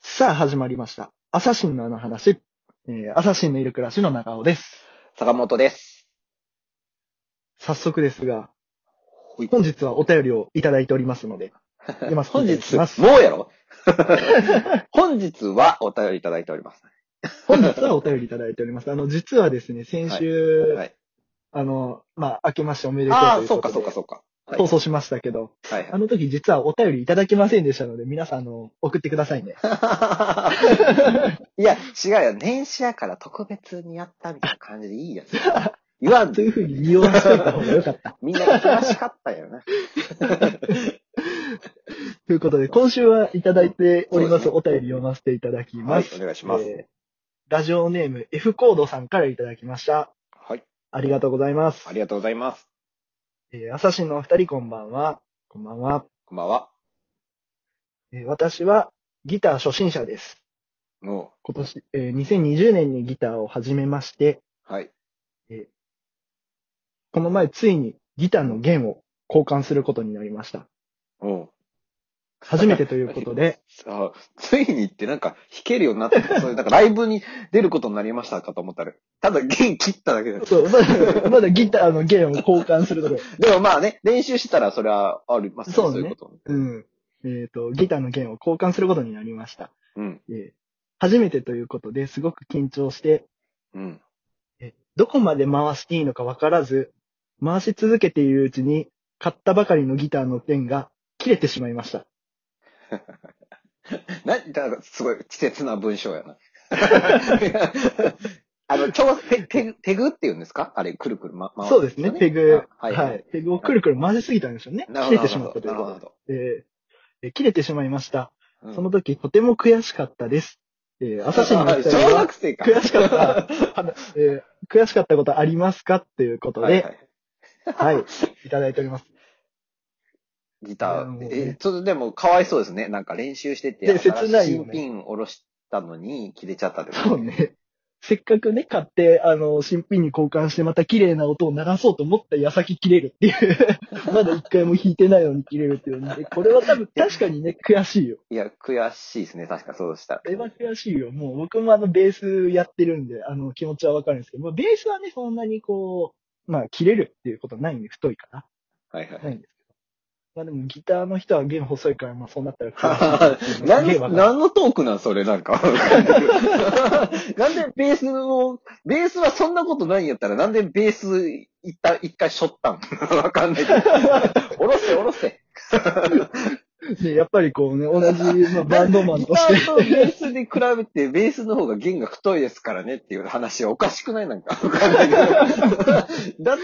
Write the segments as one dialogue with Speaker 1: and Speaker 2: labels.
Speaker 1: さあ始まりました。アサシンのあの話、えーアサシンのいる暮らしの中尾です。
Speaker 2: 坂本です。
Speaker 1: 早速ですが、
Speaker 2: ほい
Speaker 1: 本日はお便りをいただいておりますの で、読ませてい
Speaker 2: 本
Speaker 1: ただ
Speaker 2: 日
Speaker 1: きます。
Speaker 2: もうや ろ本日はお便りいただいております。
Speaker 1: 本日はお便りいただいております。あの、実はですね、先週、
Speaker 2: はい。
Speaker 1: あの、まあ、明けましておめでとう
Speaker 2: あ
Speaker 1: と
Speaker 2: あ、
Speaker 1: いう
Speaker 2: そ
Speaker 1: こ
Speaker 2: う
Speaker 1: と
Speaker 2: か
Speaker 1: で、
Speaker 2: そうかそうか。はい
Speaker 1: 放送しましたけど、
Speaker 2: はい
Speaker 1: あの時実はお便りいただきませんでしたので、皆さん、あの、送ってくださいね。
Speaker 2: はい。いや、違うよ。年始やから特別にやったみたいな感じでいいや つ。言わん
Speaker 1: と
Speaker 2: で
Speaker 1: いうふうに言わせておいた方がよかった。
Speaker 2: みんな悲しかった よな。
Speaker 1: ということで、今週はいただいております
Speaker 2: そ
Speaker 1: お便り読ませていただき
Speaker 2: は
Speaker 1: ま
Speaker 2: い、
Speaker 1: す
Speaker 2: お。願いします。
Speaker 1: えーラジオネーム F コードさんからいただきました。
Speaker 2: はい。
Speaker 1: ありがとうございます
Speaker 2: あ。りがとうございます。
Speaker 1: えー、朝日のお二人こんばんは。こんばんは、
Speaker 2: こんばんは。
Speaker 1: えー私はギター初心者です。
Speaker 2: も
Speaker 1: 今年、えー2020年にギターを始めまして、
Speaker 2: う、はい。
Speaker 1: この前ついにギターの弦を交換することになりました。
Speaker 2: もう。
Speaker 1: 初めてということ で、
Speaker 2: あついにってなんか弾けるようになって、そういうなんかライブに出ることになりましたかと思ったら、ただ弦切っただけです。
Speaker 1: そう、まだ、まだギターの弦を交換するところ。
Speaker 2: でもまあね、練習してたらそれはありますね。
Speaker 1: そ
Speaker 2: そうう
Speaker 1: ね
Speaker 2: いうこと。
Speaker 1: うん。えっ、と、ギターの弦を交換することになりました。
Speaker 2: うん。
Speaker 1: えー初めてということですごく緊張して、
Speaker 2: うん。
Speaker 1: えどこまで回していいのかわからず、回し続けているうちに、買ったばかりのギターの弦が切れてしまいました。
Speaker 2: な、なんかすごい稚拙な文章 やな。あの、ちょペペペグって言うんですかあれ、くるくる、ま、回す
Speaker 1: そうですね、ペグ。
Speaker 2: あ
Speaker 1: は、
Speaker 2: はいい。
Speaker 1: ペグをくるくる回しすぎたんでしょうね。
Speaker 2: な
Speaker 1: 切
Speaker 2: る
Speaker 1: れ
Speaker 2: ほ
Speaker 1: てし
Speaker 2: ど
Speaker 1: まったとい
Speaker 2: な
Speaker 1: う
Speaker 2: る
Speaker 1: こ
Speaker 2: ほ
Speaker 1: と
Speaker 2: ど。
Speaker 1: で。えーえ切れてしまいました。
Speaker 2: うん
Speaker 1: その時、とても悔しかったです。えー、朝日のお二人
Speaker 2: 小
Speaker 1: は
Speaker 2: 学生か。
Speaker 1: 悔しかった、あのえー悔しかったことありますかということ
Speaker 2: はいは
Speaker 1: で、
Speaker 2: い。
Speaker 1: はい、い、ただいております。
Speaker 2: ギ
Speaker 1: いや
Speaker 2: タ
Speaker 1: もうね
Speaker 2: ー。え、ちょっとでも、かわいそうですね。なんか練習してて、
Speaker 1: で切ないよね
Speaker 2: 新品下ろしたのに、切れちゃったってこと
Speaker 1: そうね。せっかくね、買って、あの、新品に交換して、また綺麗な音を鳴らそうと思った矢先切れるっていう。 まだ一回も弾いてないのに切れるっていうね。これは多分、確かにね、悔しいよ。
Speaker 2: いや、悔しいですね。確かそうしたら
Speaker 1: こ。れは悔しいよ。もう僕もあの、ベースやってるんで、あの、気持ちはわかるんですけど、まあベースはね、そんなにこう、まあ、切れるっていうことはないんで、太いから。
Speaker 2: はいはい。
Speaker 1: ないんですけど。まあでも、ギターの人は弦細いから、まあそうなったら
Speaker 2: は
Speaker 1: 悔しいっていう のはすげえわか
Speaker 2: 何
Speaker 1: る
Speaker 2: 何のトークなんそれ、なんか。 なんでベースを、ベースはそんなことないんやったら、なんでベース一旦、一回しょったん わかんないけど。おろせ、おろせ。
Speaker 1: でやっぱりこう ね、同じ、まあ、バンドマン
Speaker 2: ギ
Speaker 1: と
Speaker 2: タ
Speaker 1: して。
Speaker 2: ーとベースで比べて、ベースの方が弦が太いですからねっていう話はおかしくないなんか。わかんないけど。だっ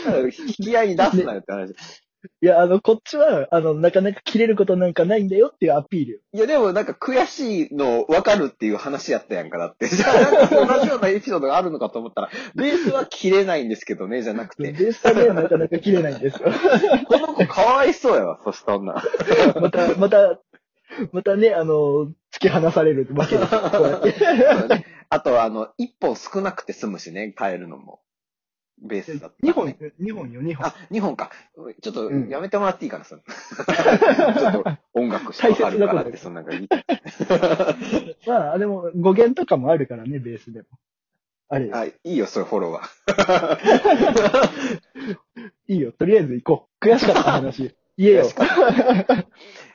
Speaker 2: たら、引き合いに出すなよって話。
Speaker 1: いや、あの、こっちは、あの、なかなか切れることなんかないんだよっていうアピールよ。
Speaker 2: いや、でもなんか悔しいのわかるっていう話やったやんか、だって。じゃあ、なんか同じようなエピソードがあるのかと思ったら、ベースは切れないんですけどね、じゃなく
Speaker 1: ベ
Speaker 2: て。
Speaker 1: ースはね、なかなか切れないん ですよ。
Speaker 2: この子かわいそう やわ、そした女。
Speaker 1: また、また、またね、あの、突き放されるわけ ですよ。こうやって。
Speaker 2: あとは、あの、一本少なくて済むしね、変えるのも。ベースだったらね、
Speaker 1: 2本、2本よ、2本。
Speaker 2: あ、2本か。ちょっと、
Speaker 1: うん
Speaker 2: やめてもらっていいかな、その。ちょっと、音楽してわかるからって、そんなんか言って。
Speaker 1: まあ、でも、語源とかもあるからね、ベースでも。あれよ、
Speaker 2: あ、いいよ、それフォ ローは。
Speaker 1: いいよ、とりあえず行こう。悔しかった話。言えよ
Speaker 2: 悔し。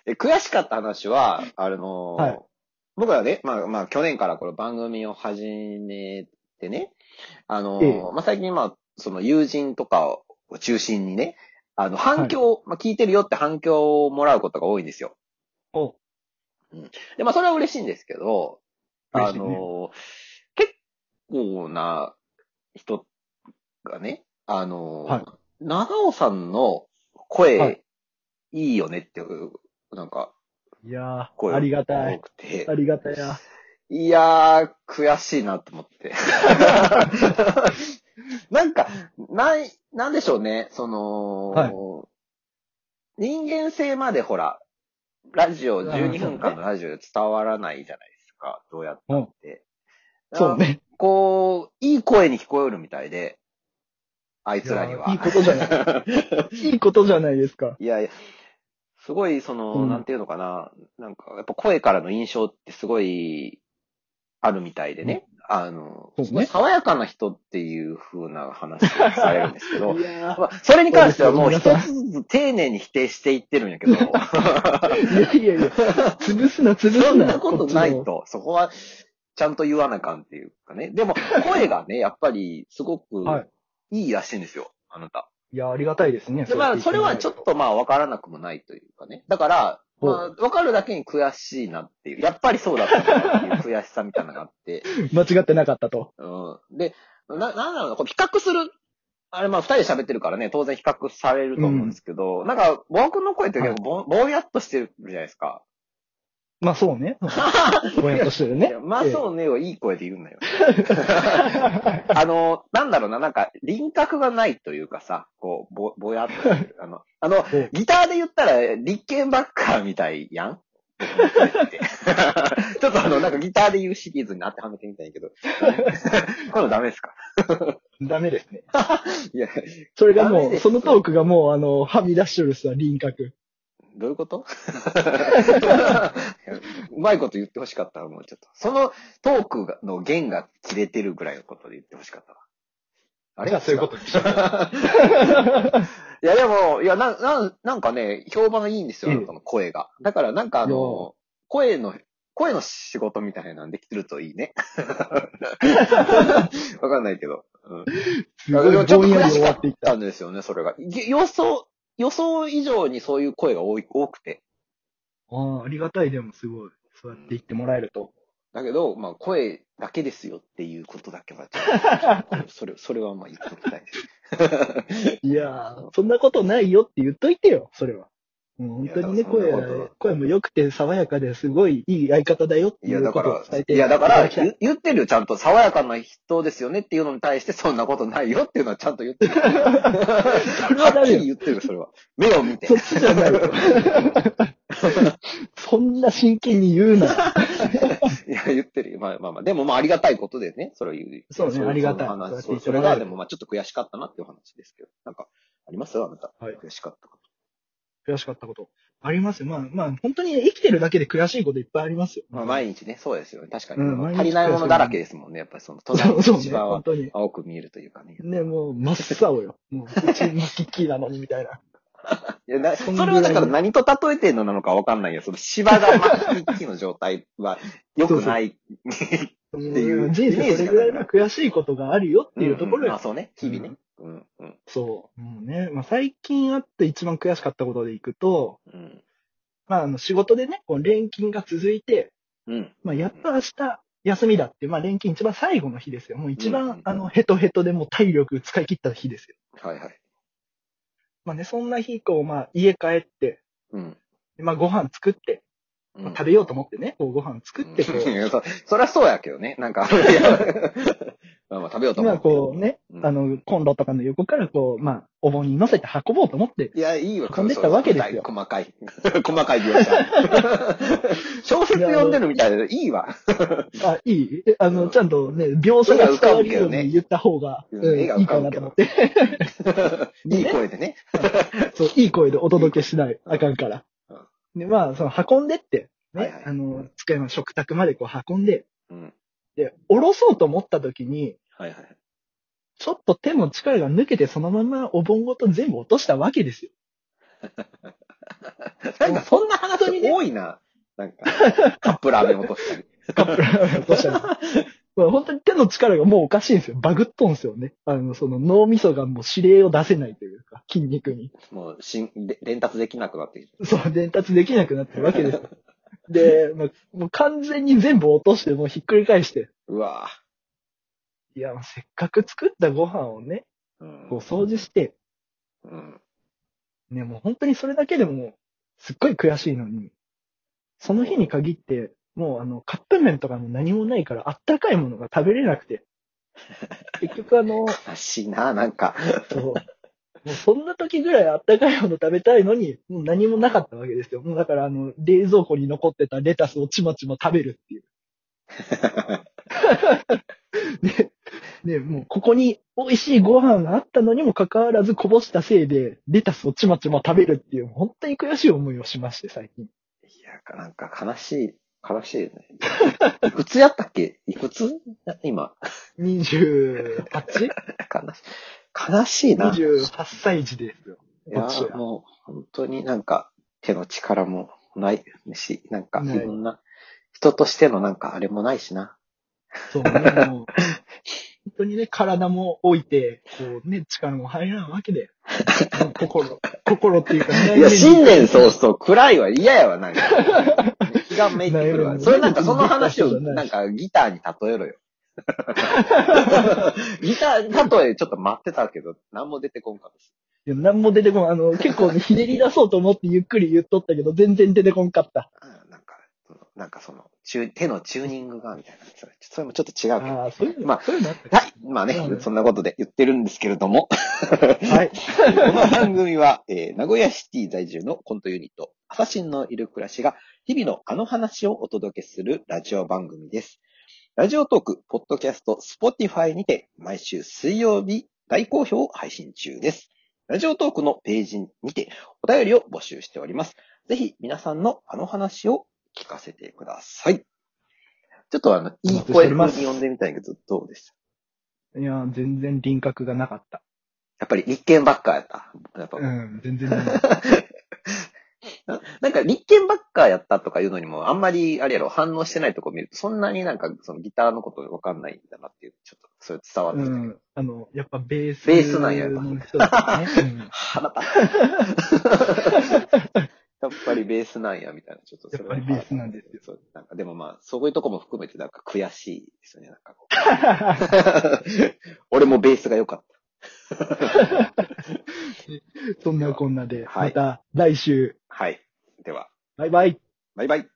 Speaker 2: え、悔しかった話は、あのー
Speaker 1: はい
Speaker 2: 僕はね、まあまあ去年からこの番組を始めてね、あのー
Speaker 1: え
Speaker 2: まあ最近まあその友人とかを中心にね、あの反響、まあ聞いてるよって反響をもらうことが多いんですよ。
Speaker 1: お
Speaker 2: で、まあそれは嬉しいんですけど、
Speaker 1: 嬉
Speaker 2: あ
Speaker 1: しいね
Speaker 2: のー結構な人がね、あのー
Speaker 1: はい
Speaker 2: 長尾さんの声、
Speaker 1: はい
Speaker 2: いいよねっていう、なんか、
Speaker 1: いや
Speaker 2: 声
Speaker 1: ー、ありがた
Speaker 2: 多
Speaker 1: い。
Speaker 2: くて
Speaker 1: あ。りがたいや。
Speaker 2: いやー、悔しいなと思って。 なんか、ない、なんでしょうね、その、
Speaker 1: はい
Speaker 2: 人間性までほら、ラジオ、
Speaker 1: うん
Speaker 2: 12分間
Speaker 1: そう
Speaker 2: のラジオで伝わらないじゃないですか、どうやったって。
Speaker 1: そう
Speaker 2: ね。
Speaker 1: ね。
Speaker 2: こう、いい声に聞こえるみたいで、あいつらには。
Speaker 1: いやいいことじゃないいいことじゃないですか。
Speaker 2: いやいや、すごい、その、
Speaker 1: うん
Speaker 2: なんていうのかな、なんか、やっぱ声からの印象ってすごいあるみたいでね。あの、
Speaker 1: そうね
Speaker 2: 爽やかな人っていう風な話をされるんですけ ど、
Speaker 1: いや
Speaker 2: まあ、それに関してはもう一
Speaker 1: そうです
Speaker 2: つずつ丁寧に否定していってるん やけど、
Speaker 1: ーいやいや いや、潰すな、潰すな。
Speaker 2: そんなことない
Speaker 1: っちの。
Speaker 2: と、そこはちゃんと言わなあかんっていうかね。でも、声がね、やっぱりすごく
Speaker 1: はい
Speaker 2: いいらしいんですよ、あなた。
Speaker 1: いや、ありがたいですね。
Speaker 2: で、まあ、それはちょっとまあ、わからなくもないというかね。だから、まあ、わかるだけに悔しいなっていう。やっぱりそうだったなっていう悔しさみたいなのがあって。
Speaker 1: 間違ってなかったと。
Speaker 2: うん。で、な、なんだろうな、こう比較する。あれ、まあ、二人で喋ってるからね、当然比較されると思うんですけど、なんか、僕の声って結構ぼ、ぼんやっとしてるじゃないですか。
Speaker 1: まあそう ね。ぼんやっとしてる
Speaker 2: い
Speaker 1: ね
Speaker 2: や。まあ、
Speaker 1: う。
Speaker 2: そうね、はいい声で言 うんだよ。あの、なんだろうな、なんか、輪郭がないというかさ、こう、ぼ、ぼやっとしてる。あ の、あの、ギターで言ったら、立憲バッカーみたいやん ちょっとあの、なんかギターで言うシリーズに当てはめてみたいんやけど。 こういうのダメですか
Speaker 1: ダメですね。
Speaker 2: いや、
Speaker 1: それが
Speaker 2: ダメ
Speaker 1: も
Speaker 2: で
Speaker 1: う、
Speaker 2: す
Speaker 1: そのトークがもう、あの、はみ出しとるさ、輪郭。
Speaker 2: どういうこと うまいこと言ってほしかったわもうちょっと。そのトークがの弦が切れてるぐらいのことで言ってほしかったわ。あれ
Speaker 1: じゃあそういうこと
Speaker 2: にいや、でも、いや、なん、なん、なんかね、評判がいいんですよ、
Speaker 1: ええ
Speaker 2: あなたの声が。だから、なんかあ
Speaker 1: い
Speaker 2: の、声の、声の仕事みたいなんできてるとい いね。わかんないけど。うん
Speaker 1: すごい
Speaker 2: でもちょっ
Speaker 1: ぼ
Speaker 2: と
Speaker 1: んや
Speaker 2: 悔
Speaker 1: り
Speaker 2: し
Speaker 1: 終
Speaker 2: か
Speaker 1: わ
Speaker 2: っ
Speaker 1: っていったた。
Speaker 2: んですよね、それが。ぎ予想、予想以上にそういう声が多い多くて。
Speaker 1: ああ、ありがたい、でもすごい。そうやって言ってもらえると。
Speaker 2: だけど、まあ、声だけですよっていうことだけは、ちょ っとそれ、それはまあ言っておきたいです。
Speaker 1: いやー、そんなことないよって言っといてよ、それは。もう本当にね、
Speaker 2: いやだから
Speaker 1: 声
Speaker 2: そんなこと、
Speaker 1: 声も良くて爽やかですごいいい相方だよって
Speaker 2: い
Speaker 1: い
Speaker 2: や、だ
Speaker 1: う
Speaker 2: か
Speaker 1: ことを
Speaker 2: ら
Speaker 1: 伝え、て
Speaker 2: いや、だか
Speaker 1: いた
Speaker 2: ら、
Speaker 1: きたい
Speaker 2: 言言ってるよ、ちゃんと。爽やかな人ですよねっていうのに対して、そんなことないよっていうのはちゃんと言って る。
Speaker 1: それは
Speaker 2: はっ
Speaker 1: 誰
Speaker 2: き
Speaker 1: よ
Speaker 2: り言ってる、それは。目を見 て
Speaker 1: そ。っちじゃないよ。 そんな真剣に言うな。
Speaker 2: いや、言ってるよ。まあまあまあ。でもまあ、ありがたいことでね、それを言う。
Speaker 1: そうね
Speaker 2: い
Speaker 1: ありがたい
Speaker 2: その
Speaker 1: そ
Speaker 2: 話
Speaker 1: うやって言って
Speaker 2: それ
Speaker 1: もら
Speaker 2: が、
Speaker 1: え
Speaker 2: で
Speaker 1: る
Speaker 2: もまあ、ちょっと悔しかったなっていう話ですけど。なんか、ありますあなた。
Speaker 1: はい
Speaker 2: 悔しかったこ
Speaker 1: 悔しかったこと。ありますよ。まあまあ、本当に生きてるだけで悔しいこといっぱいありますよ。
Speaker 2: と。まあ、毎日ね、そうですよね。確かに。
Speaker 1: うん毎日
Speaker 2: 足りないものだらけですもんね。やっぱりその、隣
Speaker 1: そうそ
Speaker 2: の
Speaker 1: うね、
Speaker 2: 一番
Speaker 1: 本
Speaker 2: は
Speaker 1: 当に。
Speaker 2: 青く見えるというかね。
Speaker 1: ね、もう、真っ青よ。もう、うち真っきっきりなのに、みたいな。
Speaker 2: いやなそ
Speaker 1: そ
Speaker 2: れ
Speaker 1: んぐらい
Speaker 2: はだから何と例えてんのなのかわかんないよ。その芝が真っきの状態は良くない。
Speaker 1: って
Speaker 2: いう
Speaker 1: 人生それぐらいの悔しいことがあるよっていうとこ
Speaker 2: んん
Speaker 1: ろ
Speaker 2: まあ
Speaker 1: よ。
Speaker 2: そうね。日々ね。うん。うん。
Speaker 1: そう。もうね、まあ最近あって一番悔しかったことでいくと、
Speaker 2: うん。
Speaker 1: まああの仕事でね、こう連勤が続いて、
Speaker 2: うん。
Speaker 1: まあ、やっと明日休みだって、まあ、連勤一番最後の日ですよ。もう一番、
Speaker 2: うん
Speaker 1: あの、ヘトヘトでもう体力使い切った日ですよ。
Speaker 2: はいはい。
Speaker 1: まあね、そんな日以降、まあ、家帰って、
Speaker 2: うん。
Speaker 1: まあ、ご飯作って、
Speaker 2: うん
Speaker 1: まあ食べようと思ってね、こう、ご飯作って、こ、
Speaker 2: いうやそそりゃそうやけどね。なんか、いやまあまあ食べようと思
Speaker 1: 今
Speaker 2: って。
Speaker 1: こうね、
Speaker 2: うん
Speaker 1: あの、コンロとかの横からこう、まあ、お盆に乗せて運ぼうと思って、
Speaker 2: いや、いいわ。
Speaker 1: 飛んでったわけですよ
Speaker 2: 細かい。細かい描写。小説読んでるみたいで、いいわ。
Speaker 1: あ、いいえあ
Speaker 2: うん
Speaker 1: の、ちゃんとね、描写が伝わるように言った方が、
Speaker 2: うん
Speaker 1: うん
Speaker 2: 絵
Speaker 1: いい
Speaker 2: が浮か
Speaker 1: か
Speaker 2: ぶ
Speaker 1: な
Speaker 2: け
Speaker 1: と
Speaker 2: ど
Speaker 1: 思って、
Speaker 2: いい声でね。
Speaker 1: そう、いい声でお届けしない、あかんから
Speaker 2: うん。
Speaker 1: で、まあ、その、運んでって、ね、
Speaker 2: はいはい
Speaker 1: あの、机の食卓までこう運んで、
Speaker 2: うん。
Speaker 1: で、下ろそうと思った時に、
Speaker 2: はいはい。
Speaker 1: ちょっと手の力が抜けてそのままお盆ごと全部落としたわけですよ。
Speaker 2: なんかそんな話多いな。なんか、カップラーメン落としたり。
Speaker 1: カ ップラーメン落としたの。まあ本当に手の力がもうおかしいんですよ。バグっとんすよね。あの、その脳みそがもう指令を出せないというか、筋肉に。
Speaker 2: もう、しん、で伝達できなくなってきて。
Speaker 1: そう、伝達できなくなってるわけですよ。で、まあ、もう完全に全部落として、もうひっくり返して。
Speaker 2: うわ
Speaker 1: いや、もうせっかく作ったご飯をね、
Speaker 2: ぁ。うん
Speaker 1: こう掃除して、
Speaker 2: うん。
Speaker 1: ね、もう本当にそれだけでももう、すっごい悔しいのに、その日に限って、もうあの、カップ麺とかも何もないから、あったかいものが食べれなくて、結局あの、
Speaker 2: 悲しいななんか。
Speaker 1: そう、もうそんな時ぐらいあったかいもの食べたいのに、もう何もなかったわけですよ。もうだからあの、冷蔵庫に残ってたレタスをちまちま食べるっていう。で、で、もうここに美味しいご飯があったのにもかかわらずこぼしたせいで、レタスをちまちま食べるっていう、本当に悔しい思いをしまして、最近。
Speaker 2: いや、なんか悲しい。悲しいよね。いくつやったっけいくつ今。
Speaker 1: 28?28
Speaker 2: 悲しい。悲しいな。い
Speaker 1: 歳児ですよ。
Speaker 2: や
Speaker 1: こっちは
Speaker 2: もう、本当になんか、手の力もないし、なんか、い
Speaker 1: ない
Speaker 2: ろんな、人としてのなんか、あれもないしな。
Speaker 1: そうね、もう。本当にね、体も置いて、こうね、力も入らんわけで。もう心、心っていうかね。
Speaker 2: いや、新年早々、暗いわ、嫌やわ、なん か。気がめいてくるわ。それなん か、その話を、なんか、ギターに例え ろよ。ギター、例え、ちょっと待ってたけど、何も出てこんかったし。
Speaker 1: でも何も出てこん。あの、結構ね、ひねり出そうと思ってゆっくり言っとったけど、全然出てこんかった。
Speaker 2: あなんか、そのなんかその、チュー手のチューニングが、みたいな。それそれもちょっと違うけど。
Speaker 1: ああ、そういうの、
Speaker 2: まあ
Speaker 1: そういうのあった
Speaker 2: はい。まあね、
Speaker 1: うん
Speaker 2: そんなことで言ってるんですけれども、こ
Speaker 1: はい。
Speaker 2: の番組は、えー名古屋シティ在住のコントユニット、アサシンのいる暮らしが、日々のあの話をお届けするラジオ番組です。ラジオトーク、ポッドキャスト、スポティファイにて、毎週水曜日、大好評を配信中です。ラジオトークのページにて、お便りを募集しております。ぜひ、皆さんのあの話を聞かせてください。ちょっとあの、いい声風に読んでみたいけど、どうでした
Speaker 1: いや、全然輪郭がなかった。
Speaker 2: やっぱり立憲ばっかやった。やっぱ
Speaker 1: うん、全然なか った。
Speaker 2: な なんか立憲ばっかやったとかいうのにも、あんまり、あれやろ、反応してないとこ見ると、そんなになんか、そのギターのことわかんないんだなっていう、ちょっと、それ伝わって
Speaker 1: う
Speaker 2: きた。
Speaker 1: ん。あの、やっぱベース
Speaker 2: ベースなんややっぱ
Speaker 1: の人だったね。うん
Speaker 2: 腹立つ やっぱりベースなんや、みたいな。ちょっとそれは
Speaker 1: やっぱりベースなんですよ
Speaker 2: そうなんか、でもまあ、そういうとこも含めて、なんか悔しいですよね、なんかこう。 俺もベースが良かっ
Speaker 1: そんなこんなで、
Speaker 2: は
Speaker 1: ま
Speaker 2: い
Speaker 1: た来週、
Speaker 2: た。はい。では、
Speaker 1: バイバイ。
Speaker 2: バイバイ。